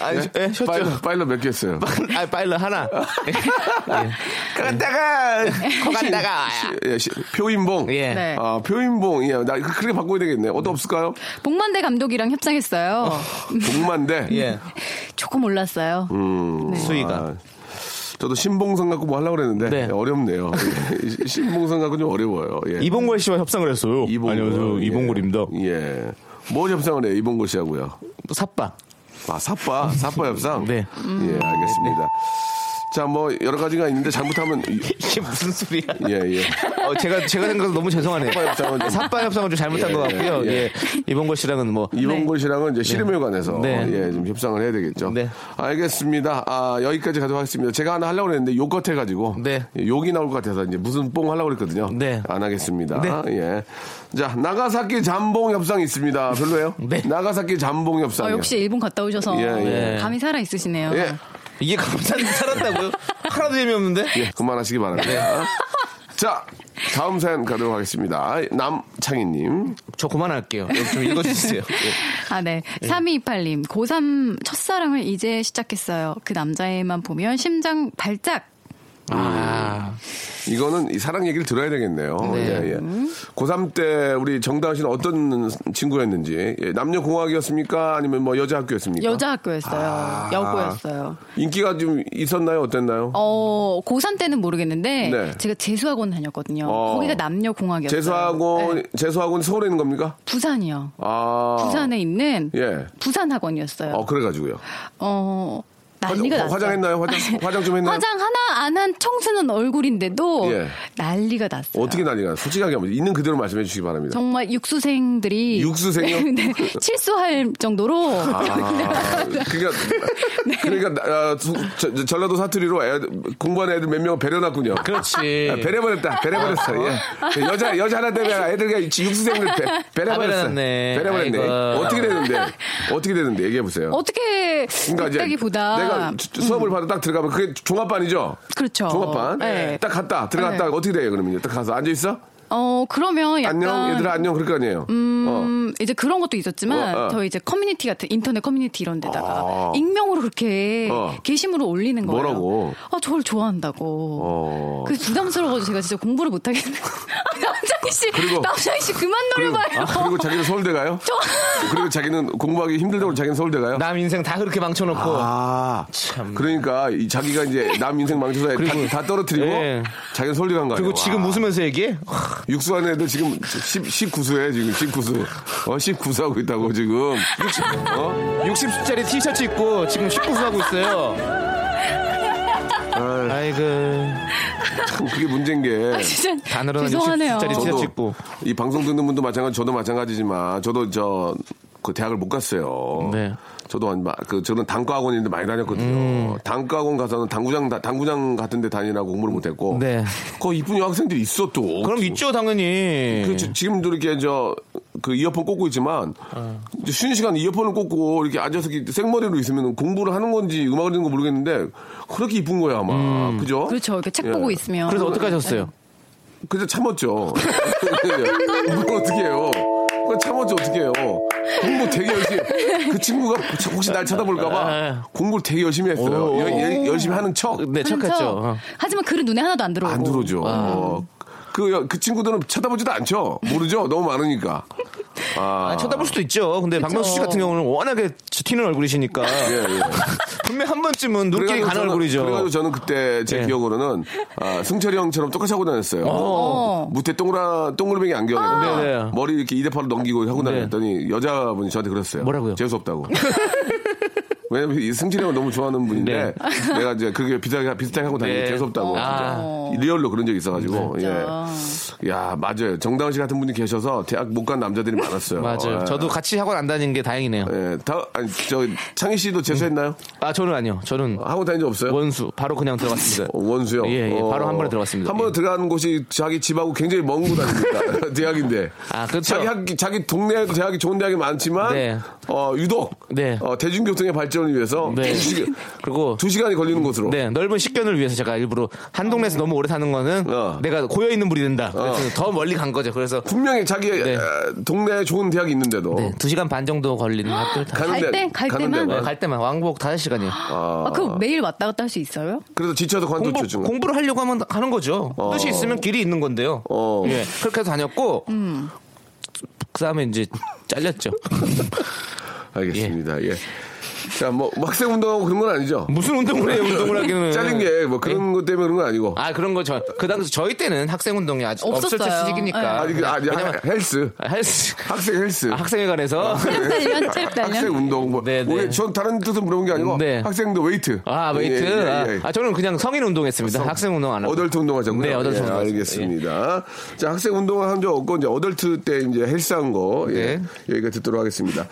Speaker 5: 아, 예, 쉬었죠.
Speaker 1: 네? 파일럿, 파일럿 몇개 했어요?
Speaker 5: 아, 파일럿 *laughs* 하나. 예. 코가 따가 코가 따가워요.
Speaker 1: 예, 시- 표인봉.
Speaker 5: 예.
Speaker 3: 네.
Speaker 1: 아, 표인봉. 예, 나 그- 그렇게 바꿔야 되겠네. 어디 없을까요?
Speaker 3: 복만대 감독이랑 협상했어요.
Speaker 1: 복만대.
Speaker 5: 예. 네.
Speaker 3: 조금 올랐어요.
Speaker 1: 음,
Speaker 5: 수위가.
Speaker 1: 아, 저도 신봉선 갖고 뭐 하려고 그랬는데
Speaker 5: 네.
Speaker 1: 예, 어렵네요. 예. 시- 신봉선 갖고 좀 어려워요. 예.
Speaker 5: 이봉걸 씨와 협상을 했어요.
Speaker 1: 이봉골. 예.
Speaker 5: 이봉골입니다.
Speaker 1: 예. 뭐 협상을 해요? 이봉골 씨하고요.
Speaker 5: 삿바.
Speaker 1: 아, 사빠. 사빠 협상?
Speaker 5: 네. 음.
Speaker 1: 예, 알겠습니다. 자, 뭐 여러 가지가 있는데 잘못하면 이-
Speaker 5: 이게 무슨 소리야?
Speaker 1: 예, 예.
Speaker 5: 어, 제가 제가 생각해서 너무 죄송하네요.
Speaker 1: 삿바 협상은 좀-
Speaker 5: 삿바 협상은 좀 잘못한
Speaker 1: 예,
Speaker 5: 것 같고요.
Speaker 1: 예.
Speaker 5: 예, 이봉걸 씨랑은 뭐
Speaker 1: 이봉골 씨랑은 이제 씨름에 관해서
Speaker 5: 네.
Speaker 1: 예, 좀 협상을 해야 되겠죠.
Speaker 5: 네.
Speaker 1: 알겠습니다. 아, 여기까지 가도록 하겠습니다. 제가 하나 하려고 했는데 욕 같아 가지고 예,
Speaker 5: 네.
Speaker 1: 욕이 나올 것 같아서 이제 무슨 뽕 하려고 그랬거든요.
Speaker 5: 네.
Speaker 1: 안 하겠습니다.
Speaker 5: 네.
Speaker 1: 예. 자, 나가사키 잠봉 협상 있습니다. 별로예요?
Speaker 5: *laughs* 네.
Speaker 1: 나가사키 잠봉 협상.
Speaker 3: 아, 역시 일본 갔다 오셔서
Speaker 1: 예,
Speaker 5: 예.
Speaker 3: 감이 살아 있으시네요.
Speaker 1: 예.
Speaker 5: 이게 감사는 살았다고요? 하나도 재미없는데?
Speaker 1: 예, 그만하시기 바랍니다.
Speaker 5: 네.
Speaker 1: 자, 다음 사연 가도록 하겠습니다. 아, 남창희님.
Speaker 5: 저 그만할게요. 좀 읽어주세요. 예.
Speaker 3: 아, 네. 3228님, 고3 첫사랑을 이제 시작했어요. 그 남자애만 보면 심장 발작!
Speaker 1: 음.
Speaker 5: 아,
Speaker 1: 이거는 이 사랑 얘기를 들어야 되겠네요.
Speaker 5: 네.
Speaker 1: 예, 예. 고3 때 우리 정다은 씨는 어떤 친구였는지, 예, 남녀공학이었습니까? 아니면 뭐 여자 학교였습니까?
Speaker 3: 여자 학교였어요.
Speaker 1: 아.
Speaker 3: 여고였어요.
Speaker 1: 인기가 좀 있었나요? 어땠나요?
Speaker 3: 어, 고3 때는 모르겠는데
Speaker 1: 네.
Speaker 3: 제가 재수학원 다녔거든요.
Speaker 1: 어.
Speaker 3: 거기가 남녀 공학이었어요.
Speaker 1: 재수학원, 재수학원 서울에 있는 겁니까?
Speaker 3: 부산이요.
Speaker 1: 아.
Speaker 3: 네. 부산에 있는
Speaker 1: 예.
Speaker 3: 부산 학원이었어요.
Speaker 1: 어, 그래가지고요.
Speaker 3: 어 난리가
Speaker 1: 화장,
Speaker 3: 났어요.
Speaker 1: 화장했나요? 화장, 화장 좀 했나요?
Speaker 3: 화장 하나 안 한 청순한 얼굴인데도
Speaker 1: 예.
Speaker 3: 난리가 났어요.
Speaker 1: 어떻게 난리가? 솔직하게 한번 있는 그대로 말씀해 주시기 바랍니다.
Speaker 3: 정말 육수생들이
Speaker 1: 네. 육수생이요?
Speaker 3: *laughs* 네, 실수할 정도로
Speaker 1: *laughs* 아,
Speaker 3: *laughs*
Speaker 1: 그러니까
Speaker 3: 네.
Speaker 1: 그러니까 나- 아, 소- 저- 저- 전라도 사투리로 애, 공부하는 애들 몇 명 배려놨군요.
Speaker 5: 그렇지.
Speaker 1: 아, 배려버렸다. 배려버렸어. 예. 여자 여자 하나 때문에 애들이 육수생들 배, 배려버렸어.
Speaker 5: 배려놨네.
Speaker 1: 배려버렸네.
Speaker 5: 아, 아이고.
Speaker 1: 어떻게 되는데? 어떻게 되는데? 얘기해 보세요. 그러니까
Speaker 3: 어떻게 그때기보다 음.
Speaker 1: 내가 주- 수업을 받아 딱 들어가면 그게 종합반이죠.
Speaker 3: 그렇죠.
Speaker 1: 종합반.
Speaker 3: 네.
Speaker 1: 딱 갔다 들어갔다
Speaker 3: 네.
Speaker 1: 어떻게 돼요? 그러면 딱 가서 앉아 있어?
Speaker 3: 어 그러면 약간
Speaker 1: 안녕 얘들아 안녕 그럴 거 아니에요. 어.
Speaker 3: 음, 이제 그런 것도 있었지만
Speaker 1: 어, 어.
Speaker 3: 저희 이제 커뮤니티 같은 인터넷 커뮤니티 이런 데다가
Speaker 1: 아.
Speaker 3: 익명으로 그렇게
Speaker 1: 어.
Speaker 3: 게시물을 올리는 거예요.
Speaker 1: 뭐라고?
Speaker 3: 아, 저를 좋아한다고.
Speaker 1: 어.
Speaker 3: 그 부담스러워서 제가 진짜 공부를 못 *laughs* 하겠는 거. 남창희 씨,
Speaker 1: 그리고-
Speaker 3: 남창희 씨 그만
Speaker 1: 그리고,
Speaker 3: 놀려봐요.
Speaker 1: 아, 그리고 자기는 서울대 가요?
Speaker 3: 저-
Speaker 1: *laughs* 그리고 자기는 공부하기 힘들다고 자기는 서울대 가요?
Speaker 5: 남 인생 다 그렇게 망쳐놓고.
Speaker 1: 아,
Speaker 5: 참.
Speaker 1: 그러니까 이 자기가 이제 남 인생 망쳐서
Speaker 5: 그리고-
Speaker 1: 다, 다 떨어뜨리고
Speaker 5: 예.
Speaker 1: 자기는 서울대 간거 아니에요?
Speaker 5: 그리고 지금 웃으면서 얘기해?
Speaker 1: 육수하는 애들 지금 10, 19수에 지금 19수. 어, 19수 하고 있다고 지금. 어?
Speaker 5: 60짜리 티셔츠 입고 지금 19수 하고 있어요. 아이고.
Speaker 1: 참 그게 문제인 게.
Speaker 3: *laughs*
Speaker 5: 아,
Speaker 3: 진짜
Speaker 5: 다 늘어나는
Speaker 3: 죄송하네요.
Speaker 5: 60짜리
Speaker 1: 저도
Speaker 5: 티셔츠 입고.
Speaker 1: 이 방송 듣는 분도 마찬가지, 저도 마찬가지지만, 저도 저, 그 대학을 못 갔어요.
Speaker 5: 네.
Speaker 1: 저도 한, 마- 그, 저는 단과학원인데 많이 다녔거든요.
Speaker 5: 음.
Speaker 1: 단과학원 가서는 당구장, 다- 당구장 같은 데 다니라고 공부를 못 했고.
Speaker 5: 네.
Speaker 1: 거 이쁜 여학생들이 있어 또.
Speaker 5: 그럼 있죠, 당연히.
Speaker 1: 그 지- 지금도 이렇게 저, 그 이어폰 꽂고 있지만, 이제 쉬는 시간 이어폰을 꽂고 이렇게 앉아서 이렇게 생머리로 있으면 공부를 하는 건지 음악을 듣는 건 모르겠는데, 그렇게 이쁜 거야, 아마. 그죠?
Speaker 3: 그렇죠. 이렇게 책
Speaker 1: 예.
Speaker 3: 보고 있으면.
Speaker 5: 그래서 어떻게 하셨어요?
Speaker 1: 그래서 참았죠. *laughs* 그걸 어떻게 해요? 그걸 참았죠, 어떻게 해요? 공부 되게 열심히, 그 친구가 혹시 날 쳐다볼까봐 공부를 되게 열심히 했어요. 여- 여- 열심히 하는 척.
Speaker 5: 네,
Speaker 3: 하면서
Speaker 5: 착했죠.
Speaker 3: 그렇죠. 하지만 글은 눈에 하나도 안 들어오고.
Speaker 1: 안 들어오죠. 어. 그, 그 친구들은 쳐다보지도 않죠. 모르죠. 너무 많으니까.
Speaker 5: 아, 쳐다볼 수도 있죠. 근데 박명수 씨 같은 경우는 워낙에 튀는 얼굴이시니까. 분명 한 번쯤은 눈길이
Speaker 1: 그래가지고
Speaker 5: 가는
Speaker 1: 저는-
Speaker 5: 얼굴이죠.
Speaker 1: 그래가지고 저는 그때 제
Speaker 5: 예.
Speaker 1: 기억으로는 아, 승철이 형처럼 똑같이 하고 다녔어요.
Speaker 3: 어.
Speaker 1: 무태 동그라 동그라미 안경에다가
Speaker 5: 네, 네.
Speaker 1: 머리 이렇게 이대파로 넘기고 하고 다녔더니 여자분이 저한테 그랬어요.
Speaker 5: 뭐라고요?
Speaker 1: 재수 없다고. *laughs* 왜냐면 이 승철이 형을 너무 좋아하는 분인데 내가 이제 그게 비슷하게 비슷하게 하고 다니는
Speaker 5: 네.
Speaker 1: 게 재수 없다고
Speaker 5: 아. 네.
Speaker 1: 진짜. 리얼로 그런 적이 있어가지고 예. 야 맞아요. 정다은 씨 같은 분이 계셔서 대학 못 간 남자들이 많았어요.
Speaker 5: 맞아요.
Speaker 1: 예.
Speaker 5: 저도 같이 학원 안 다닌 게 다행이네요.
Speaker 1: 예, 다, 아니, 저, 창희 씨도 재수했나요?
Speaker 5: 아, 저는 아니요. 예. 저는
Speaker 1: 하고 다닌 적 없어요?
Speaker 5: 원수. 바로 그냥 들어갔습니다.
Speaker 1: 어, 원수요?
Speaker 5: 예, 예.
Speaker 1: 어.
Speaker 5: 바로 한 번에 들어갔습니다.
Speaker 1: 한 번에
Speaker 5: 예.
Speaker 1: 들어가는 곳이 자기 집하고 굉장히 먼
Speaker 5: *laughs*
Speaker 1: 곳 아닙니까? *laughs* 대학인데.
Speaker 5: 아, 그렇죠.
Speaker 1: 자기, 학, 자기 동네에도 대학이 좋은 대학이 많지만,
Speaker 5: 네.
Speaker 1: 어, 유독,
Speaker 5: 네.
Speaker 1: 어, 대중교통의 발전을 위해서
Speaker 5: 네.
Speaker 1: 두,
Speaker 5: *laughs*
Speaker 1: 시간,
Speaker 5: 그리고
Speaker 1: 두 시간이 걸리는 곳으로.
Speaker 5: 네, 넓은 식견을 위해서 제가 일부러 한 동네에서 너무 오래 사는 거는
Speaker 1: 어.
Speaker 5: 내가 고여있는 물이 된다. 그래서 더 멀리 간 거죠. 그래서
Speaker 1: 분명히 자기
Speaker 5: 네.
Speaker 1: 에, 동네에 좋은 대학이 있는데도.
Speaker 5: 네, 2시간 반 정도 걸리는 학교를 다.
Speaker 1: 가는
Speaker 3: 갈
Speaker 1: 데-
Speaker 3: 때? 갈
Speaker 1: 가는
Speaker 3: 때만?
Speaker 1: 데만.
Speaker 5: 네, 갈 때만 왕복 5시간이요.
Speaker 3: 아, 그거 매일 왔다 갔다 할 수 있어요?
Speaker 1: 그래서 지쳐서
Speaker 5: 공부,
Speaker 1: 관뒀죠, 지금.
Speaker 5: 공부를 하려고 하면 하는 거죠. 뜻이 있으면 길이 있는 건데요.
Speaker 1: 어.
Speaker 5: 예, 그렇게 해서 다녔고,
Speaker 3: 음.
Speaker 5: 그 다음에 이제 잘렸죠. *laughs*
Speaker 1: 알겠습니다. 예. 자, 뭐, 뭐 학생 운동하고 그런 건 아니죠?
Speaker 5: 무슨 운동을 해요, 운동을 하기는.
Speaker 1: 잘린 게 뭐 그런
Speaker 5: 예.
Speaker 1: 것 때문에 그런 건 아니고.
Speaker 5: 아, 그런 거 저, 그 당시 저희 때는 학생 운동이 아직 없을 때
Speaker 3: 없었어요. 네.
Speaker 5: 시기니까.
Speaker 1: 아, 니 그, 아니,
Speaker 5: 왜냐면,
Speaker 1: 헬스.
Speaker 5: 헬스.
Speaker 1: 학생 헬스.
Speaker 5: 아, 학생회
Speaker 1: 어.
Speaker 5: 관해서.
Speaker 3: 책 단련, 책
Speaker 1: 예. 학생
Speaker 3: 단련.
Speaker 1: 운동 뭐.
Speaker 5: 네, 네.
Speaker 1: 오히려 전 다른 뜻은 물어본 게 아니고
Speaker 5: 네.
Speaker 1: 학생도 웨이트.
Speaker 5: 아, 웨이트.
Speaker 1: 예, 예, 예.
Speaker 5: 아, 저는 그냥 성인 운동했습니다. 학생 운동 안 하고.
Speaker 1: 어덜트 운동하셨군요.
Speaker 5: 네, 어덜트
Speaker 1: 예,
Speaker 5: 운동.
Speaker 1: 알겠습니다. 자, 학생 운동을 한 적 없고 이제 어덜트 때 이제 헬스한 거 예,
Speaker 5: 네.
Speaker 1: 여기가 듣도록 하겠습니다.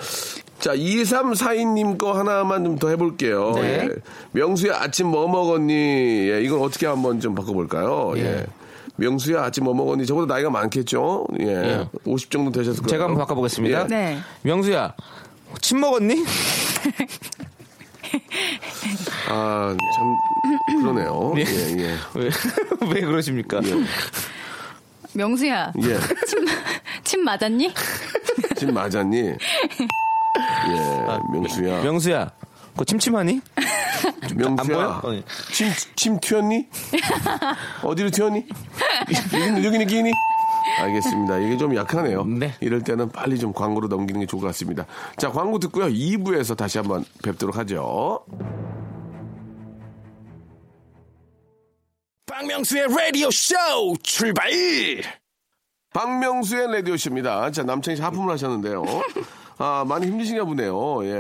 Speaker 1: 자, 2342님 거 하나만 좀 더 해볼게요.
Speaker 5: 네.
Speaker 1: 예. 명수야 아침 뭐 먹었니? 예, 이걸 어떻게 한번 좀 바꿔볼까요? 예.
Speaker 5: 예.
Speaker 1: 명수야 아침 뭐 먹었니? 저보다 나이가 많겠죠? 예,
Speaker 5: 예.
Speaker 1: 50 정도 되셨을 거예요.
Speaker 5: 제가 한번 바꿔보겠습니다.
Speaker 1: 예.
Speaker 3: 네.
Speaker 5: 명수야, 침 먹었니?
Speaker 1: 아, 참, 그러네요.
Speaker 5: 예.
Speaker 1: 예, 예.
Speaker 5: 왜, 왜 그러십니까?
Speaker 3: 명수야,
Speaker 1: 예.
Speaker 3: 침, 침 맞았니?
Speaker 1: 침 맞았니? 예, 명수야.
Speaker 5: 명수야, 그거 침침하니? 보여?
Speaker 1: 명수야,
Speaker 5: 어, 예.
Speaker 1: 침, 침 튀었니? 어디로 튀었니? 여기는, 여기는 끼니? 알겠습니다. 이게 좀 약하네요.
Speaker 5: 네.
Speaker 1: 이럴 때는 빨리 좀 광고로 넘기는 게 좋을 것 같습니다. 자, 광고 듣고요. 2부에서 다시 한번 뵙도록 하죠.
Speaker 4: 박명수의 라디오 쇼 출발!
Speaker 1: 박명수의 라디오쇼입니다. 자, 남창희 씨 하품을 하셨는데요. 아, 많이 힘드신가 보네요. 예.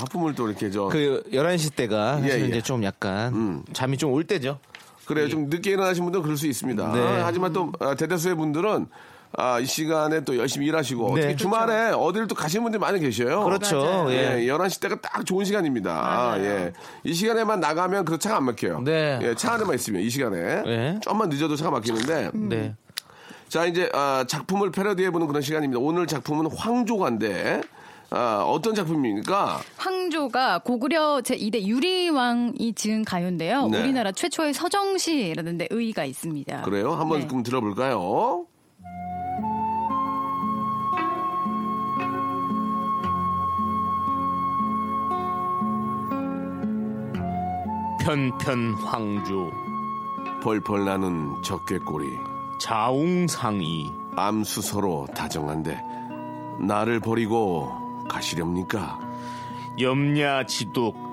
Speaker 1: 하품을 또 이렇게 저.
Speaker 5: 그 11시 때가
Speaker 1: 예,
Speaker 5: 사실
Speaker 1: 예.
Speaker 5: 이제 좀 약간 잠이 좀 올 때죠.
Speaker 1: 그래요. 좀 늦게 일어나신 분들은 그럴 수 있습니다.
Speaker 5: 예. 네.
Speaker 1: 하지만 또 아, 대다수의 분들은 아, 이 시간에 또 열심히 일하시고
Speaker 5: 네.
Speaker 1: 특히 주말에 어디를 또 가시는 분들이 많이 계셔요.
Speaker 5: 그렇죠. 예.
Speaker 1: 예, 11시 때가 딱 좋은 시간입니다. 예. 이 시간에만 나가면 그 차가 안 막혀요.
Speaker 5: 네.
Speaker 1: 예, 차 안에만 있으면 이 시간에.
Speaker 5: 네.
Speaker 1: 좀만 늦어도 차가 막히는데.
Speaker 5: 네.
Speaker 1: 자, 이제 아, 작품을 패러디해보는 그런 시간입니다. 오늘 작품은 황조가인데 아, 어떤 작품입니까?
Speaker 3: 황조가 고구려 제2대 유리왕이 지은 가요인데요.
Speaker 1: 네.
Speaker 3: 우리나라 최초의 서정시라는 데 의의가 있습니다.
Speaker 1: 그래요? 한번
Speaker 3: 네.
Speaker 1: 그럼 들어볼까요?
Speaker 5: 편편 황조
Speaker 1: 벌벌 나는 적개꼬리.
Speaker 5: 자웅상이
Speaker 1: 암수서로 다정한데 나를 버리고 가시렵니까?
Speaker 5: 염려지독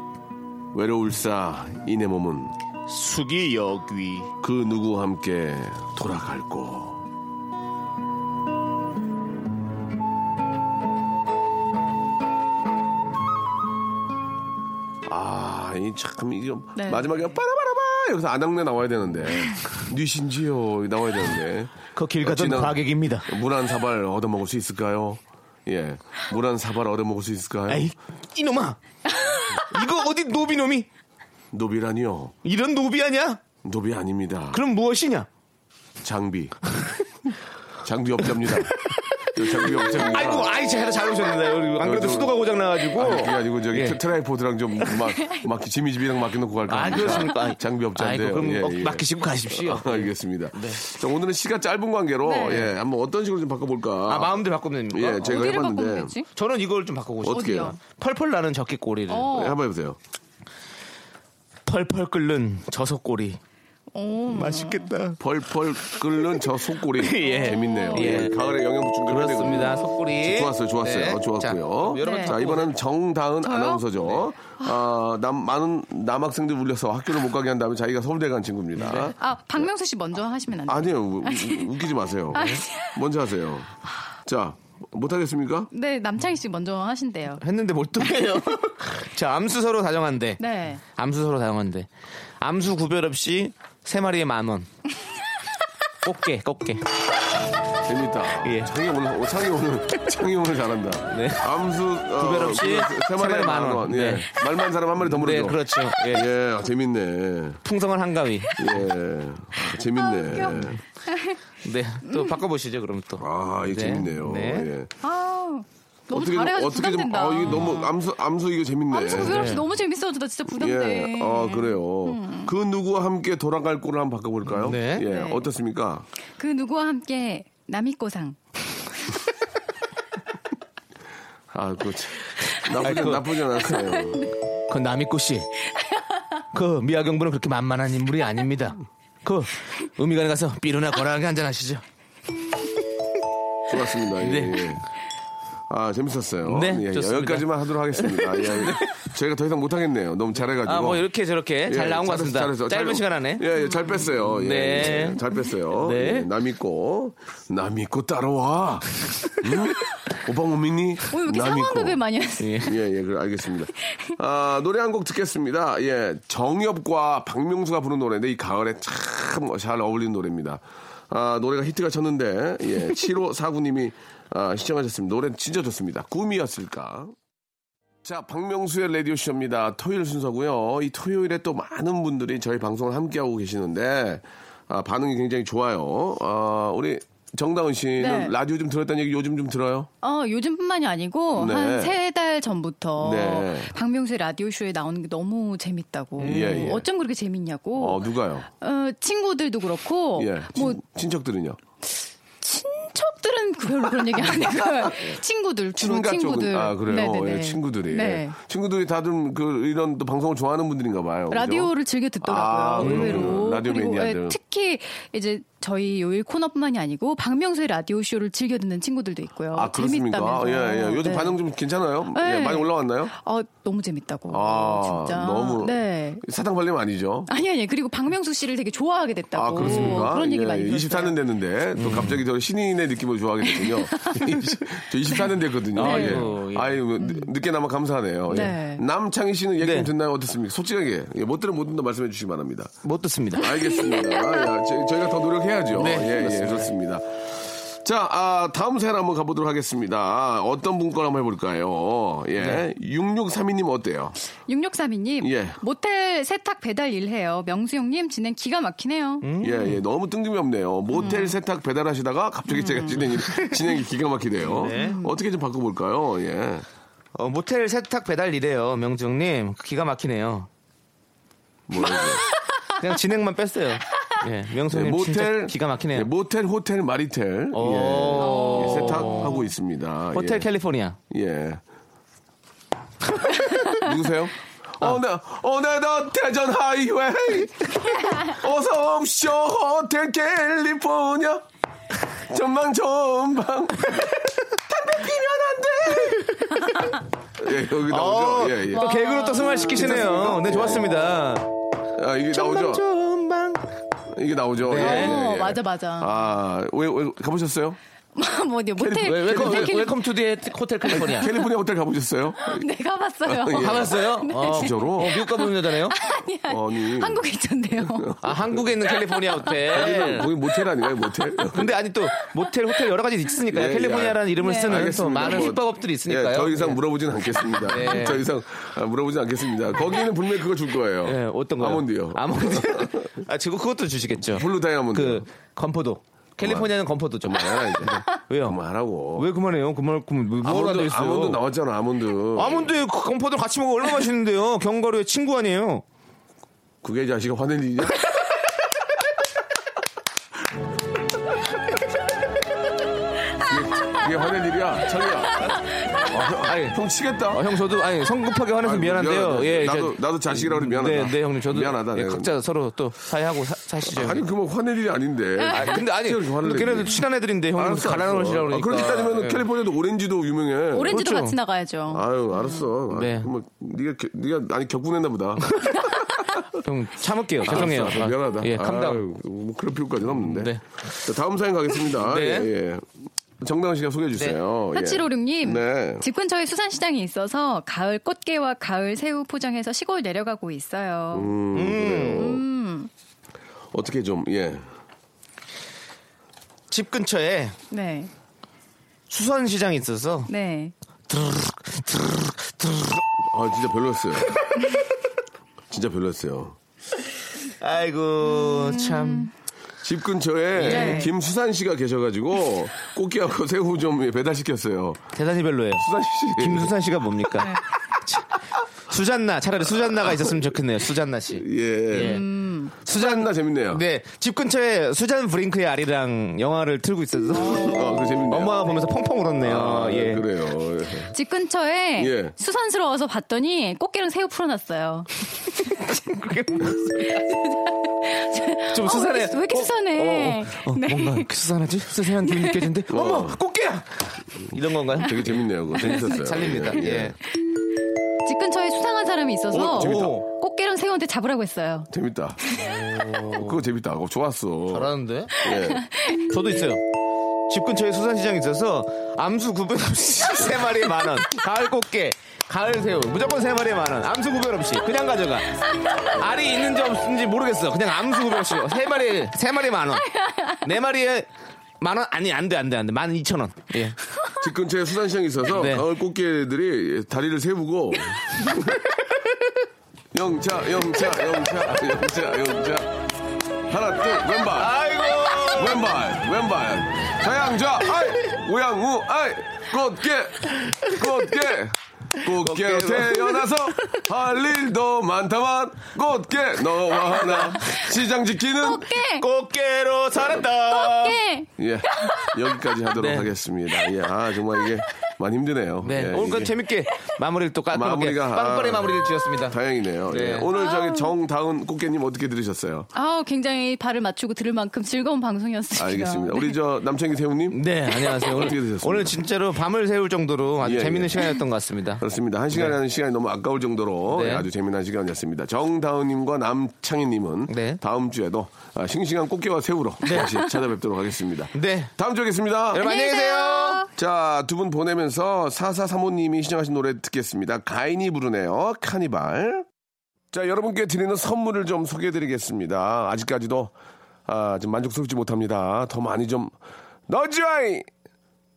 Speaker 1: 외로울사 이내 몸은
Speaker 5: 수기여귀
Speaker 1: 그 누구와 함께 돌아갈고 아이참 이거
Speaker 3: 네.
Speaker 1: 마지막에 빠라바라바 여기서 안악내 나와야 되는데 뉘신지요 나와야 되는데
Speaker 5: 그길 가던
Speaker 1: 어찌나-
Speaker 5: 과객입니다.
Speaker 1: 물 한 사발 얻어먹을 수 있을까요? 예. 물 한 사발 얻어먹을 수 있을까요?
Speaker 5: 에이 이놈아 이거 어디 노비놈이
Speaker 1: 노비라니요.
Speaker 5: 이런 노비 아니야?
Speaker 1: 노비 아닙니다.
Speaker 5: 그럼 무엇이냐?
Speaker 1: 장비. 장비 업자입니다. 저 장비 업자입니다.
Speaker 5: 아이고 아이 제가 잘 오셨는데 우리 안 그래도
Speaker 1: 저-
Speaker 5: 수도가 고장 나가지고
Speaker 1: 아니, 그게 아니고 저기
Speaker 5: 예.
Speaker 1: 트- 트라이포드랑 좀 막, 막 지미집이랑 맡겨놓고 갈까
Speaker 5: 아,
Speaker 1: 합니다.
Speaker 5: 그렇습니까? 아이,
Speaker 1: 장비 업자인데.
Speaker 5: 아이고, 그럼 어, 네. 맡기시고 가십시오.
Speaker 1: 아, 알겠습니다. 자, 오늘은 시가 짧은 관계로 예, 한번 어떤 식으로 좀 바꿔볼까.
Speaker 5: 아 마음대로 바꾸면 됩니까?
Speaker 1: 예, 제가
Speaker 3: 어디를 바꾸면
Speaker 1: 해봤는데
Speaker 3: 되지?
Speaker 5: 저는 이걸 좀 바꾸고 싶어요.
Speaker 1: 어떻게 해요?
Speaker 3: 어디요?
Speaker 5: 펄펄 나는 적개꼬리를
Speaker 3: 어.
Speaker 1: 예, 한번 해보세요.
Speaker 5: 펄펄 끓는 저속꼬리
Speaker 3: 오,
Speaker 5: 맛있겠다.
Speaker 1: 펄펄 끓는 저 속꼬리
Speaker 5: *laughs* 예.
Speaker 1: 재밌네요.
Speaker 5: 예.
Speaker 1: 예, 가을에 영양 보충 좀 해야 되거든요.
Speaker 5: 그렇습니다. 속꼬리.
Speaker 1: 좋았어요, 좋았어요.
Speaker 5: 네.
Speaker 1: 어,
Speaker 5: 자,
Speaker 1: 좋았고요.
Speaker 5: 그럼
Speaker 1: 자,
Speaker 5: 여러분
Speaker 3: 자,
Speaker 1: 이번에는 정다은
Speaker 3: 저요?
Speaker 1: 아나운서죠.
Speaker 5: 네.
Speaker 1: 아, 남, 많은 남학생들 울려서 학교를 못 가게 한 다음에 자기가 서울대 간 친구입니다.
Speaker 5: 네.
Speaker 3: 아, 박명수 씨 먼저 하시면 안 돼요?
Speaker 1: 아니에요, 우- 우- 웃기지 마세요.
Speaker 3: 아니.
Speaker 1: 먼저 하세요. 자, 못하겠습니까?
Speaker 3: 네, 남창희 씨 먼저 하신대요.
Speaker 1: 네.
Speaker 5: 했는데 뭘
Speaker 1: *laughs*
Speaker 5: 또 해요? *laughs* 자, 암수 서로 다정한데.
Speaker 3: 네.
Speaker 5: 암수 서로 다정한데. 암수 구별 없이 세 마리에 만 원. 꽃게, 꽃게.
Speaker 1: 재밌다.
Speaker 5: 예.
Speaker 1: 창이 오늘, 어, 창이 오늘, 창이 오늘 잘한다.
Speaker 5: 네.
Speaker 1: 암수, 어,
Speaker 5: 구별 없이
Speaker 1: 세 마리에 만 원. 예.
Speaker 5: 네.
Speaker 1: 말만 사람 한 마리 더
Speaker 5: 네,
Speaker 1: 물어줘.
Speaker 5: 그렇죠. 예.
Speaker 1: 예, 재밌네.
Speaker 5: 풍성한 한가위.
Speaker 1: 예. 아, 재밌네.
Speaker 5: 네. 또 바꿔보시죠, 그럼 또.
Speaker 1: 아, 이거
Speaker 5: 네.
Speaker 1: 재밌네요.
Speaker 5: 네.
Speaker 1: 예.
Speaker 3: 아, 너무
Speaker 1: 어떻게 좀,
Speaker 3: 잘해가지고
Speaker 1: 어떻게 좀,
Speaker 3: 부담된다. 아,
Speaker 1: 아, 이게 너무 암수, 암수 이거 재밌네.
Speaker 3: 암수 구별 없이 너무 재밌어요. 나 진짜 부담돼.
Speaker 1: 예,
Speaker 3: 음.
Speaker 1: 아, 그래요. 그 누구와 함께 돌아갈 꼴을 한번 바꿔볼까요?
Speaker 5: 네.
Speaker 1: 예,
Speaker 3: 네.
Speaker 1: 어떻습니까?
Speaker 3: 그 누구와 함께 남이꼬상.
Speaker 1: 아, 그, 참, 나쁘지,
Speaker 5: 아이고. *laughs*
Speaker 1: 나쁘지 않았어요.
Speaker 5: 그 남이꽃씨. 그 미아경부는 그렇게 만만한 인물이 아닙니다. 그 의미관에 가서 삐루나 거라하게 한잔하시죠.
Speaker 1: 좋았습니다. 예,
Speaker 5: 네.
Speaker 1: 예. 아, 재밌었어요.
Speaker 5: 네,
Speaker 1: 예,
Speaker 5: 좋습니다. 네.
Speaker 1: 여기까지만 하도록 하겠습니다.
Speaker 5: *laughs*
Speaker 1: 예, 예. 저희가 더 이상 못하겠네요. 너무 잘해가지고.
Speaker 5: 아, 뭐 이렇게 저렇게
Speaker 1: 예,
Speaker 5: 잘 나온 것
Speaker 1: 잘했어,
Speaker 5: 같습니다.
Speaker 1: 잘했어.
Speaker 5: 짧은
Speaker 1: 잘-
Speaker 5: 시간 안에.
Speaker 1: 예, 예, 잘 뺐어요. 예,
Speaker 5: 네.
Speaker 1: 예, 잘 뺐어요.
Speaker 5: 네.
Speaker 1: 예, 남 있고, 남 있고 따라와.
Speaker 5: *laughs*
Speaker 1: 응? 오빠 못 믿니?
Speaker 5: 어,
Speaker 3: 오, 왜 이렇게
Speaker 1: 남 있고.
Speaker 3: 상황극을 많이 하세요?
Speaker 1: 예, 예, 그래, 알겠습니다. 아, 노래 한 곡 듣겠습니다. 예, 정엽과 박명수가 부른 노래인데, 이 가을에 참 잘 어울리는 노래입니다. 아, 노래가 히트가 쳤는데,
Speaker 3: *laughs*
Speaker 1: 예, 7549님이 아, 시청하셨습니다. 노래 진짜 좋습니다. 꿈이었을까? 자, 박명수의 라디오쇼입니다. 토요일 순서고요. 이 토요일에 또 많은 분들이 저희 방송을 함께하고 계시는데, 아, 반응이 굉장히 좋아요. 아, 우리 정다은 씨는
Speaker 3: 네.
Speaker 1: 라디오 좀 들었다는 얘기 요즘 좀 들어요?
Speaker 3: 어, 요즘뿐만이 아니고
Speaker 1: 네.
Speaker 3: 한 세 달 전부터
Speaker 1: 네.
Speaker 3: 박명수의 라디오 쇼에 나오는 게 너무 재밌다고.
Speaker 1: 예, 예.
Speaker 3: 어쩜 그렇게 재밌냐고.
Speaker 1: 어, 누가요?
Speaker 3: 어, 친구들도 그렇고
Speaker 1: 예.
Speaker 3: 뭐
Speaker 1: 친, 친척들은요?
Speaker 3: 가족들은 별로 그런 얘기
Speaker 1: *laughs*
Speaker 3: 안 해요. 친구들 주로
Speaker 1: 친가
Speaker 3: 친구들.
Speaker 1: 쪽은 아 그래요
Speaker 3: 네네네.
Speaker 1: 예, 친구들이
Speaker 3: 네.
Speaker 1: 친구들이 다들 그 이런 또 방송을 좋아하는 분들인가 봐요 그죠?
Speaker 3: 라디오를 즐겨
Speaker 1: 아,
Speaker 3: 듣더라고요.
Speaker 1: 그렇군요.
Speaker 3: 의외로.
Speaker 1: 라디오
Speaker 3: 그리고
Speaker 1: 매니아들.
Speaker 3: 예, 특히 이제 저희 요일 코너뿐만이 아니고 박명수의 라디오 쇼를 즐겨 듣는 친구들도 있고요.
Speaker 1: 아 그렇습니까
Speaker 3: 재밌다면서.
Speaker 1: 예예 요즘
Speaker 3: 네.
Speaker 1: 반응 좀 괜찮아요
Speaker 3: 네.
Speaker 1: 예, 많이 올라왔나요
Speaker 3: 어, 너무 재밌다고.
Speaker 1: 아
Speaker 3: 진짜.
Speaker 1: 너무
Speaker 3: 네.
Speaker 1: 사탕 발림 아니죠
Speaker 3: 아니 아니 그리고 박명수 씨를 되게 좋아하게 됐다고.
Speaker 1: 아, 그렇습니까?
Speaker 3: 런 얘기 많이 들었어요. 음.
Speaker 1: 24년 됐는데, 또 갑자기 저 신인의 느낌을 좋아하게
Speaker 3: *laughs*
Speaker 1: 됐군요. 저 24년 됐거든요. 아, 예.
Speaker 5: 아이고, 예.
Speaker 1: 아유, 늦- 늦게나마 감사하네요. 예.
Speaker 3: 음. 네.
Speaker 1: 남창희 씨는 얘기 좀
Speaker 5: 네.
Speaker 1: 듣나요? 어떻습니까? 솔직하게. 예, 못 들으면 못 듣는다 말씀해 주시기 바랍니다.
Speaker 5: 못 듣습니다.
Speaker 1: 알겠습니다. 아, 야, 저- 저희가 더 노력해야죠.
Speaker 5: 네,
Speaker 1: 예, 예, 그렇습니다. 자, 아, 다음 사연 한번 가보도록 하겠습니다. 아, 어떤 분 걸 한번 해볼까요? 예.
Speaker 5: 네.
Speaker 1: 6632님 어때요?
Speaker 3: 6632님
Speaker 1: 예.
Speaker 3: 모텔 세탁 배달 일해요. 명수 형님 진행 기가 막히네요.
Speaker 5: 음.
Speaker 1: 예, 예. 너무 뜬금이 없네요. 모텔 세탁 배달하시다가 갑자기 제가
Speaker 5: *laughs*
Speaker 1: 진행이, 진행이 기가 막히네요.
Speaker 5: 음. 네.
Speaker 1: 어떻게 좀 바꿔볼까요? 예.
Speaker 5: 어, 모텔 세탁 배달 이래요, 명중님. 기가 막히네요.
Speaker 1: 뭐예요,
Speaker 5: 아,
Speaker 1: 네, 이거?
Speaker 5: 그냥 진행만 뺐어요. 예,
Speaker 1: 예,
Speaker 5: 명수님 진짜 기가 막히네요.
Speaker 1: 예, 모텔, 호텔, 마리텔. 예.
Speaker 5: 오.
Speaker 1: 예, 세탁하고 있습니다.
Speaker 5: 호텔
Speaker 1: 예.
Speaker 5: 캘리포니아.
Speaker 1: 예. 누구세요? 오늘, 오늘도 대전 하이웨이. 어서 옵쇼, 호텔 캘리포니아. 전망 좋은 방. 담배 피면 안 돼. 예, 여기 나오죠.
Speaker 5: 어,
Speaker 1: 예, 예.
Speaker 5: 또 개그로 또 승화시키시네요. 네, 좋았습니다.
Speaker 1: 아, 이게 나오죠.
Speaker 5: 전망.
Speaker 1: 이게 나오죠.
Speaker 5: 네.
Speaker 1: 예, 예,
Speaker 3: 어,
Speaker 1: 예.
Speaker 3: 맞아 맞아.
Speaker 1: 아, 왜, 왜, 가보셨어요? 아.
Speaker 3: *laughs*
Speaker 1: *laughs*
Speaker 3: 뭐 어디 모텔
Speaker 5: 왜, 웰컴,
Speaker 3: 모텔
Speaker 5: 웰-
Speaker 3: 캘리-
Speaker 5: 웰컴 투 디 호텔 캘리포니아.
Speaker 1: 캘리포니아 호텔 가보셨어요?
Speaker 3: *laughs* 내가 봤어요.
Speaker 1: 예.
Speaker 5: 가봤어요? 어,
Speaker 1: 진짜로?
Speaker 5: 어, 미국 가보는 여자네요?
Speaker 3: *laughs* 아니 아니.
Speaker 1: 아니.
Speaker 3: 한국에 있던데요.
Speaker 1: *laughs*
Speaker 5: 아, 한국에 있는 캘리포니아 호텔.
Speaker 1: 거기 모텔 아닌가요, 모텔?
Speaker 5: 근데 아니 또 모텔 호텔 여러 가지 있으니까요.
Speaker 1: 예,
Speaker 5: 캘리포니아라는 이름을
Speaker 3: 네.
Speaker 5: 쓰는 또
Speaker 1: 알겠습니다.
Speaker 5: 많은
Speaker 1: 뭐,
Speaker 5: 숙박업들이 있으니까요.
Speaker 1: 예, 더 이상 물어보진 않겠습니다.
Speaker 5: *laughs* 네.
Speaker 1: 더 이상 아, 물어보진 않겠습니다. 거기는 분명히 그거 줄 거예요.
Speaker 5: 예, 어떤 거요?
Speaker 1: 아몬드요. *laughs*
Speaker 5: 아몬드. 아, 지금 그것도 주시겠죠.
Speaker 1: 블루 다이아몬드.
Speaker 5: 그 건포도. 캘리포니아는 건포도죠.
Speaker 1: 그만해라, 이제.
Speaker 5: 왜요?
Speaker 1: 뭐 그만하라고.
Speaker 5: 왜 그만해요? 그만 그만 뭐가 돼
Speaker 1: 아몬드,
Speaker 5: 있어요?
Speaker 1: 아몬드 나왔잖아, 아몬드.
Speaker 5: 아몬드에 그 건포도 같이 먹으면 얼마나 맛있는데요. 견과류의 친구 아니에요.
Speaker 1: 그게 자식아 화낼 일이냐? 그게- 그게 화낼 일이야, 철이야.
Speaker 5: 아니,
Speaker 1: 형 치겠다.
Speaker 5: 어, 형 저도 아니 성급하게 화내서
Speaker 1: 아이고,
Speaker 5: 미안한데요.
Speaker 1: 미안하다.
Speaker 5: 예,
Speaker 1: 나도
Speaker 5: 이제-
Speaker 1: 나도 자식이라 그래 미안하다.
Speaker 5: 네, 네 형님 저도
Speaker 1: 미안하다.
Speaker 5: 예,
Speaker 1: 내가.
Speaker 5: 각자 서로 또 사이하고 사- 사시죠.
Speaker 1: 아니 그뭐 화낼 일이 아닌데.
Speaker 5: 아, 근데 아니
Speaker 1: 그렇게 화낼 일이.
Speaker 5: 걔네들 친한 애들인데 형님
Speaker 1: 알았어,
Speaker 5: 가라놓으시라고
Speaker 1: 알았어. 아,
Speaker 5: 그러니까.
Speaker 1: 그렇게 따지면
Speaker 5: 예.
Speaker 1: 캘리포니아도 오렌지도 유명해.
Speaker 3: 오렌지도
Speaker 5: 그렇죠.
Speaker 3: 같이 나가야죠.
Speaker 1: 어, 아유 알았어. 아,
Speaker 5: 네.
Speaker 1: 그럼 네가 겨- 네가 아니 격분했나 보다.
Speaker 5: 형 참을게요. *laughs* 죄송해요.
Speaker 1: 알았어, 알았어. 미안하다.
Speaker 5: 예, 감당.
Speaker 1: 아유, 뭐 그럴 필요까지는 없는데.
Speaker 5: 네.
Speaker 1: 자, 다음 사연 가겠습니다.
Speaker 5: 네.
Speaker 1: 예, 예. 정당 씨가 소개해 주세요. 예.
Speaker 3: 4756님,
Speaker 1: 네.
Speaker 3: 집 근처에 수산시장이 있어서 가을 꽃게와 가을 새우 포장해서 시골 내려가고 있어요.
Speaker 1: 어떻게 좀 예.
Speaker 5: 집 근처에
Speaker 3: 네,
Speaker 5: 수산시장이 있어서
Speaker 3: 네.
Speaker 1: 아 진짜 별로였어요. *laughs* 진짜 별로였어요.
Speaker 5: 아이고 참
Speaker 1: 집 근처에
Speaker 3: 네.
Speaker 1: 김수산 씨가 계셔가지고 꽃게하고 *laughs* 새우 좀 예, 배달시켰어요.
Speaker 5: 대단히 별로예요.
Speaker 1: 수산 씨.
Speaker 5: 김수산 씨가 뭡니까? *laughs* 참. 수잔나 차라리 수잔나가 있었으면 좋겠네요. 수잔나 씨.
Speaker 1: 예.
Speaker 5: 예.
Speaker 1: 수잔나 재밌네요.
Speaker 5: 네, 집 근처에 수잔 브링크의 아리랑 영화를 틀고 있어서
Speaker 1: 아, 그 재밌네요.
Speaker 5: 엄마가 보면서 펑펑 울었네요.
Speaker 1: 아,
Speaker 5: 예.
Speaker 1: 그래요.
Speaker 3: 집 근처에
Speaker 1: 예.
Speaker 3: 수산스러워서 봤더니 꽃게랑 새우 풀어놨어요.
Speaker 5: 좀
Speaker 3: 어,
Speaker 5: 수산해.
Speaker 3: 왜 이렇게- 왜 이렇게 수산해?
Speaker 5: 어, 어, 어,
Speaker 3: 네.
Speaker 5: 뭔가 이렇게 수산하지? 수산한 기분 느껴지는데? 어머, 꽃게야! 이런 건가요?
Speaker 1: 되게 재밌네요. 그거
Speaker 5: *laughs*
Speaker 1: 재밌었어요.
Speaker 5: 살립니다.
Speaker 1: 예,
Speaker 5: 예.
Speaker 1: 예.
Speaker 3: 집 근처에 수상한 사람이 있어서
Speaker 1: 어, 재밌다.
Speaker 3: 꽃게랑 새우한테 잡으라고 했어요.
Speaker 1: 재밌다. 그거 재밌다. 그거 좋았어.
Speaker 5: 잘하는데?
Speaker 1: 예.
Speaker 5: 저도 있어요. 집 근처에 수산시장이 있어서 암수 구별 없이 *laughs* 세 마리에 만 원. 가을 꽃게, 가을 새우. 무조건 세 마리에 만 원. 암수 구별 없이 그냥 가져가. 알이 있는지 없는지 모르겠어. 그냥 암수 구별 없이 세 마리에 세 마리에 만 원. 네 마리에 만 원? 아니 안 돼 안 돼 안 돼. 만 이천 원. 예.
Speaker 1: 집 근처에 수산시장이 있어서
Speaker 5: 네.
Speaker 1: 가을 꽃게들이
Speaker 5: *laughs*
Speaker 1: 다리를 세우고 영차, 영차, 영차, 영차, 영차. 하나, 둘, 왼발.
Speaker 5: 아이고.
Speaker 1: 왼발, 왼발. 좌양좌, 아이! 우양우, 아이! 꽃게! 꽃게! 꽃게로 태어나서 할 일도 많다만 꽃게 너와 하나 시장 지키는
Speaker 3: 어깨
Speaker 5: 꽃게로 살았다.
Speaker 3: 어깨
Speaker 1: 예 여기까지 하도록
Speaker 5: 네.
Speaker 1: 하겠습니다. 예, 아 정말 이게 많이 힘드네요.
Speaker 5: 네,
Speaker 1: 예,
Speaker 5: 오늘 건
Speaker 1: 이게
Speaker 5: 재밌게 마무리를 또 깔끔하게
Speaker 1: 마무리가,
Speaker 5: 빵빠레
Speaker 1: 아.
Speaker 5: 마무리를 지었습니다.
Speaker 1: 다행이네요.
Speaker 5: 네.
Speaker 1: 예, 오늘 저기 정다은 꽃게님 어떻게 들으셨어요?
Speaker 3: 아우 굉장히 발을 맞추고 들을 만큼 즐거운 방송이었습니다.
Speaker 1: 아, 알겠습니다. 우리 저 남창희 태우님
Speaker 5: 네, 안녕하세요. 오늘,
Speaker 1: 어떻게 되셨습니까?
Speaker 5: 오늘 진짜로 밤을 새울 정도로 아주
Speaker 1: 예,
Speaker 5: 재밌는
Speaker 1: 예.
Speaker 5: 시간이었던 것 같습니다.
Speaker 1: 그렇습니다. 한 시간이라는 시간이 너무 아까울 정도로
Speaker 5: 네.
Speaker 1: 예, 아주 재미난 시간이었습니다. 정다은님과 남창희님은
Speaker 5: 네.
Speaker 1: 다음 주에도 아, 싱싱한 꽃게와 새우로 다시 찾아뵙도록 하겠습니다.
Speaker 5: 네.
Speaker 1: 다음 주에 뵙겠습니다.
Speaker 5: 여러분 안녕히 계세요.
Speaker 1: 자, 두 분 보내면서 4435님이 신청하신 노래 듣겠습니다. 가인이 부르네요. 카니발. 자, 여러분께 드리는 선물을 좀 소개해 드리겠습니다. 아직까지도, 아, 좀 만족스럽지 못합니다. 더 많이 좀, 너지와이!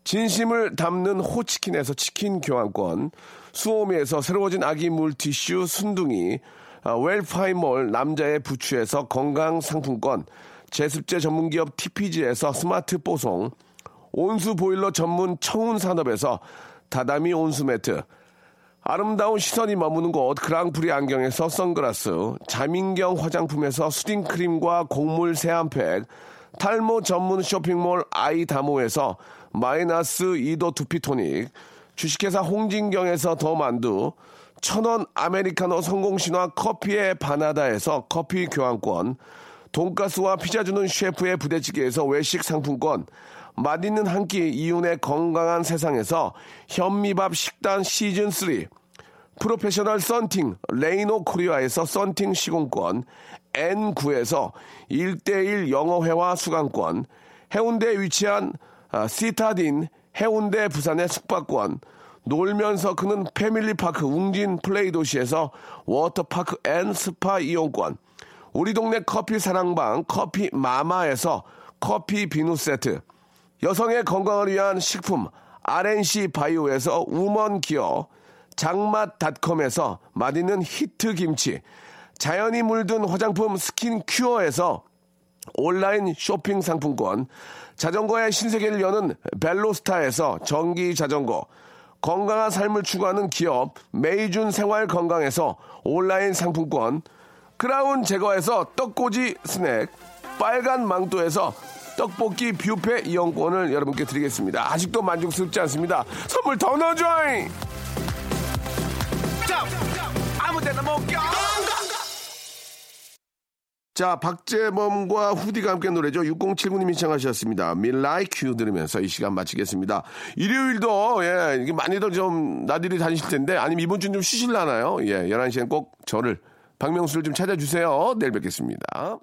Speaker 1: 진심을 담는 호치킨에서 치킨 교환권, 수오미에서 새로워진 아기 물티슈 순둥이, 아, 웰파이몰 남자의 부추에서 건강 상품권, 제습제 전문기업 TPG에서 스마트 뽀송, 온수 보일러 전문 청운 산업에서 다다미 온수 매트, 아름다운 시선이 머무는 곳 그랑프리 안경에서 선글라스 자민경 화장품에서 수딩크림과 곡물 세안팩 탈모 전문 쇼핑몰 아이다모에서 마이너스 2도 두피토닉 주식회사 홍진경에서 더만두 천원 아메리카노 성공신화 커피의 바나다에서 커피 교환권 돈가스와 피자 주는 셰프의 부대찌개에서 외식 상품권, 맛있는 한 끼 이윤의 건강한 세상에서 현미밥 식단 시즌 3, 프로페셔널 썬팅 레이노 코리아에서 썬팅 시공권, N9에서 1대1 영어회화 수강권, 해운대에 위치한 아, 시타딘 해운대 부산의 숙박권, 놀면서 크는 패밀리파크 웅진 플레이 도시에서 워터파크 앤 스파 이용권, 우리 동네 커피 사랑방 커피 마마에서 커피 비누 세트 여성의 건강을 위한 식품 RNC 바이오에서 우먼 기어 장맛닷컴에서 맛있는 히트 김치 자연이 물든 화장품 스킨 큐어에서 온라인 쇼핑 상품권, 자전거의 신세계를 여는 벨로스타에서 전기 자전거, 건강한 삶을 추구하는 기업 메이준 생활 건강에서 온라인 상품권, 크라운 제거에서 떡꼬지 스낵, 빨간 망토에서 떡볶이 뷔페 이용권을 여러분께 드리겠습니다. 아직도 만족스럽지 않습니다. 선물 더 넣어줘잉! 자, 박재범과 후디가 함께 노래죠. 6079님이 신청하셨습니다. 밀라이큐 들으면서 이 시간 마치겠습니다. 일요일도, 예, 이게 많이들 좀 나들이 다니실 텐데, 아니면 이번 주는 좀 쉬실라나요? 예, 11시엔 꼭 저를, 박명수를 좀 찾아주세요. 내일 뵙겠습니다.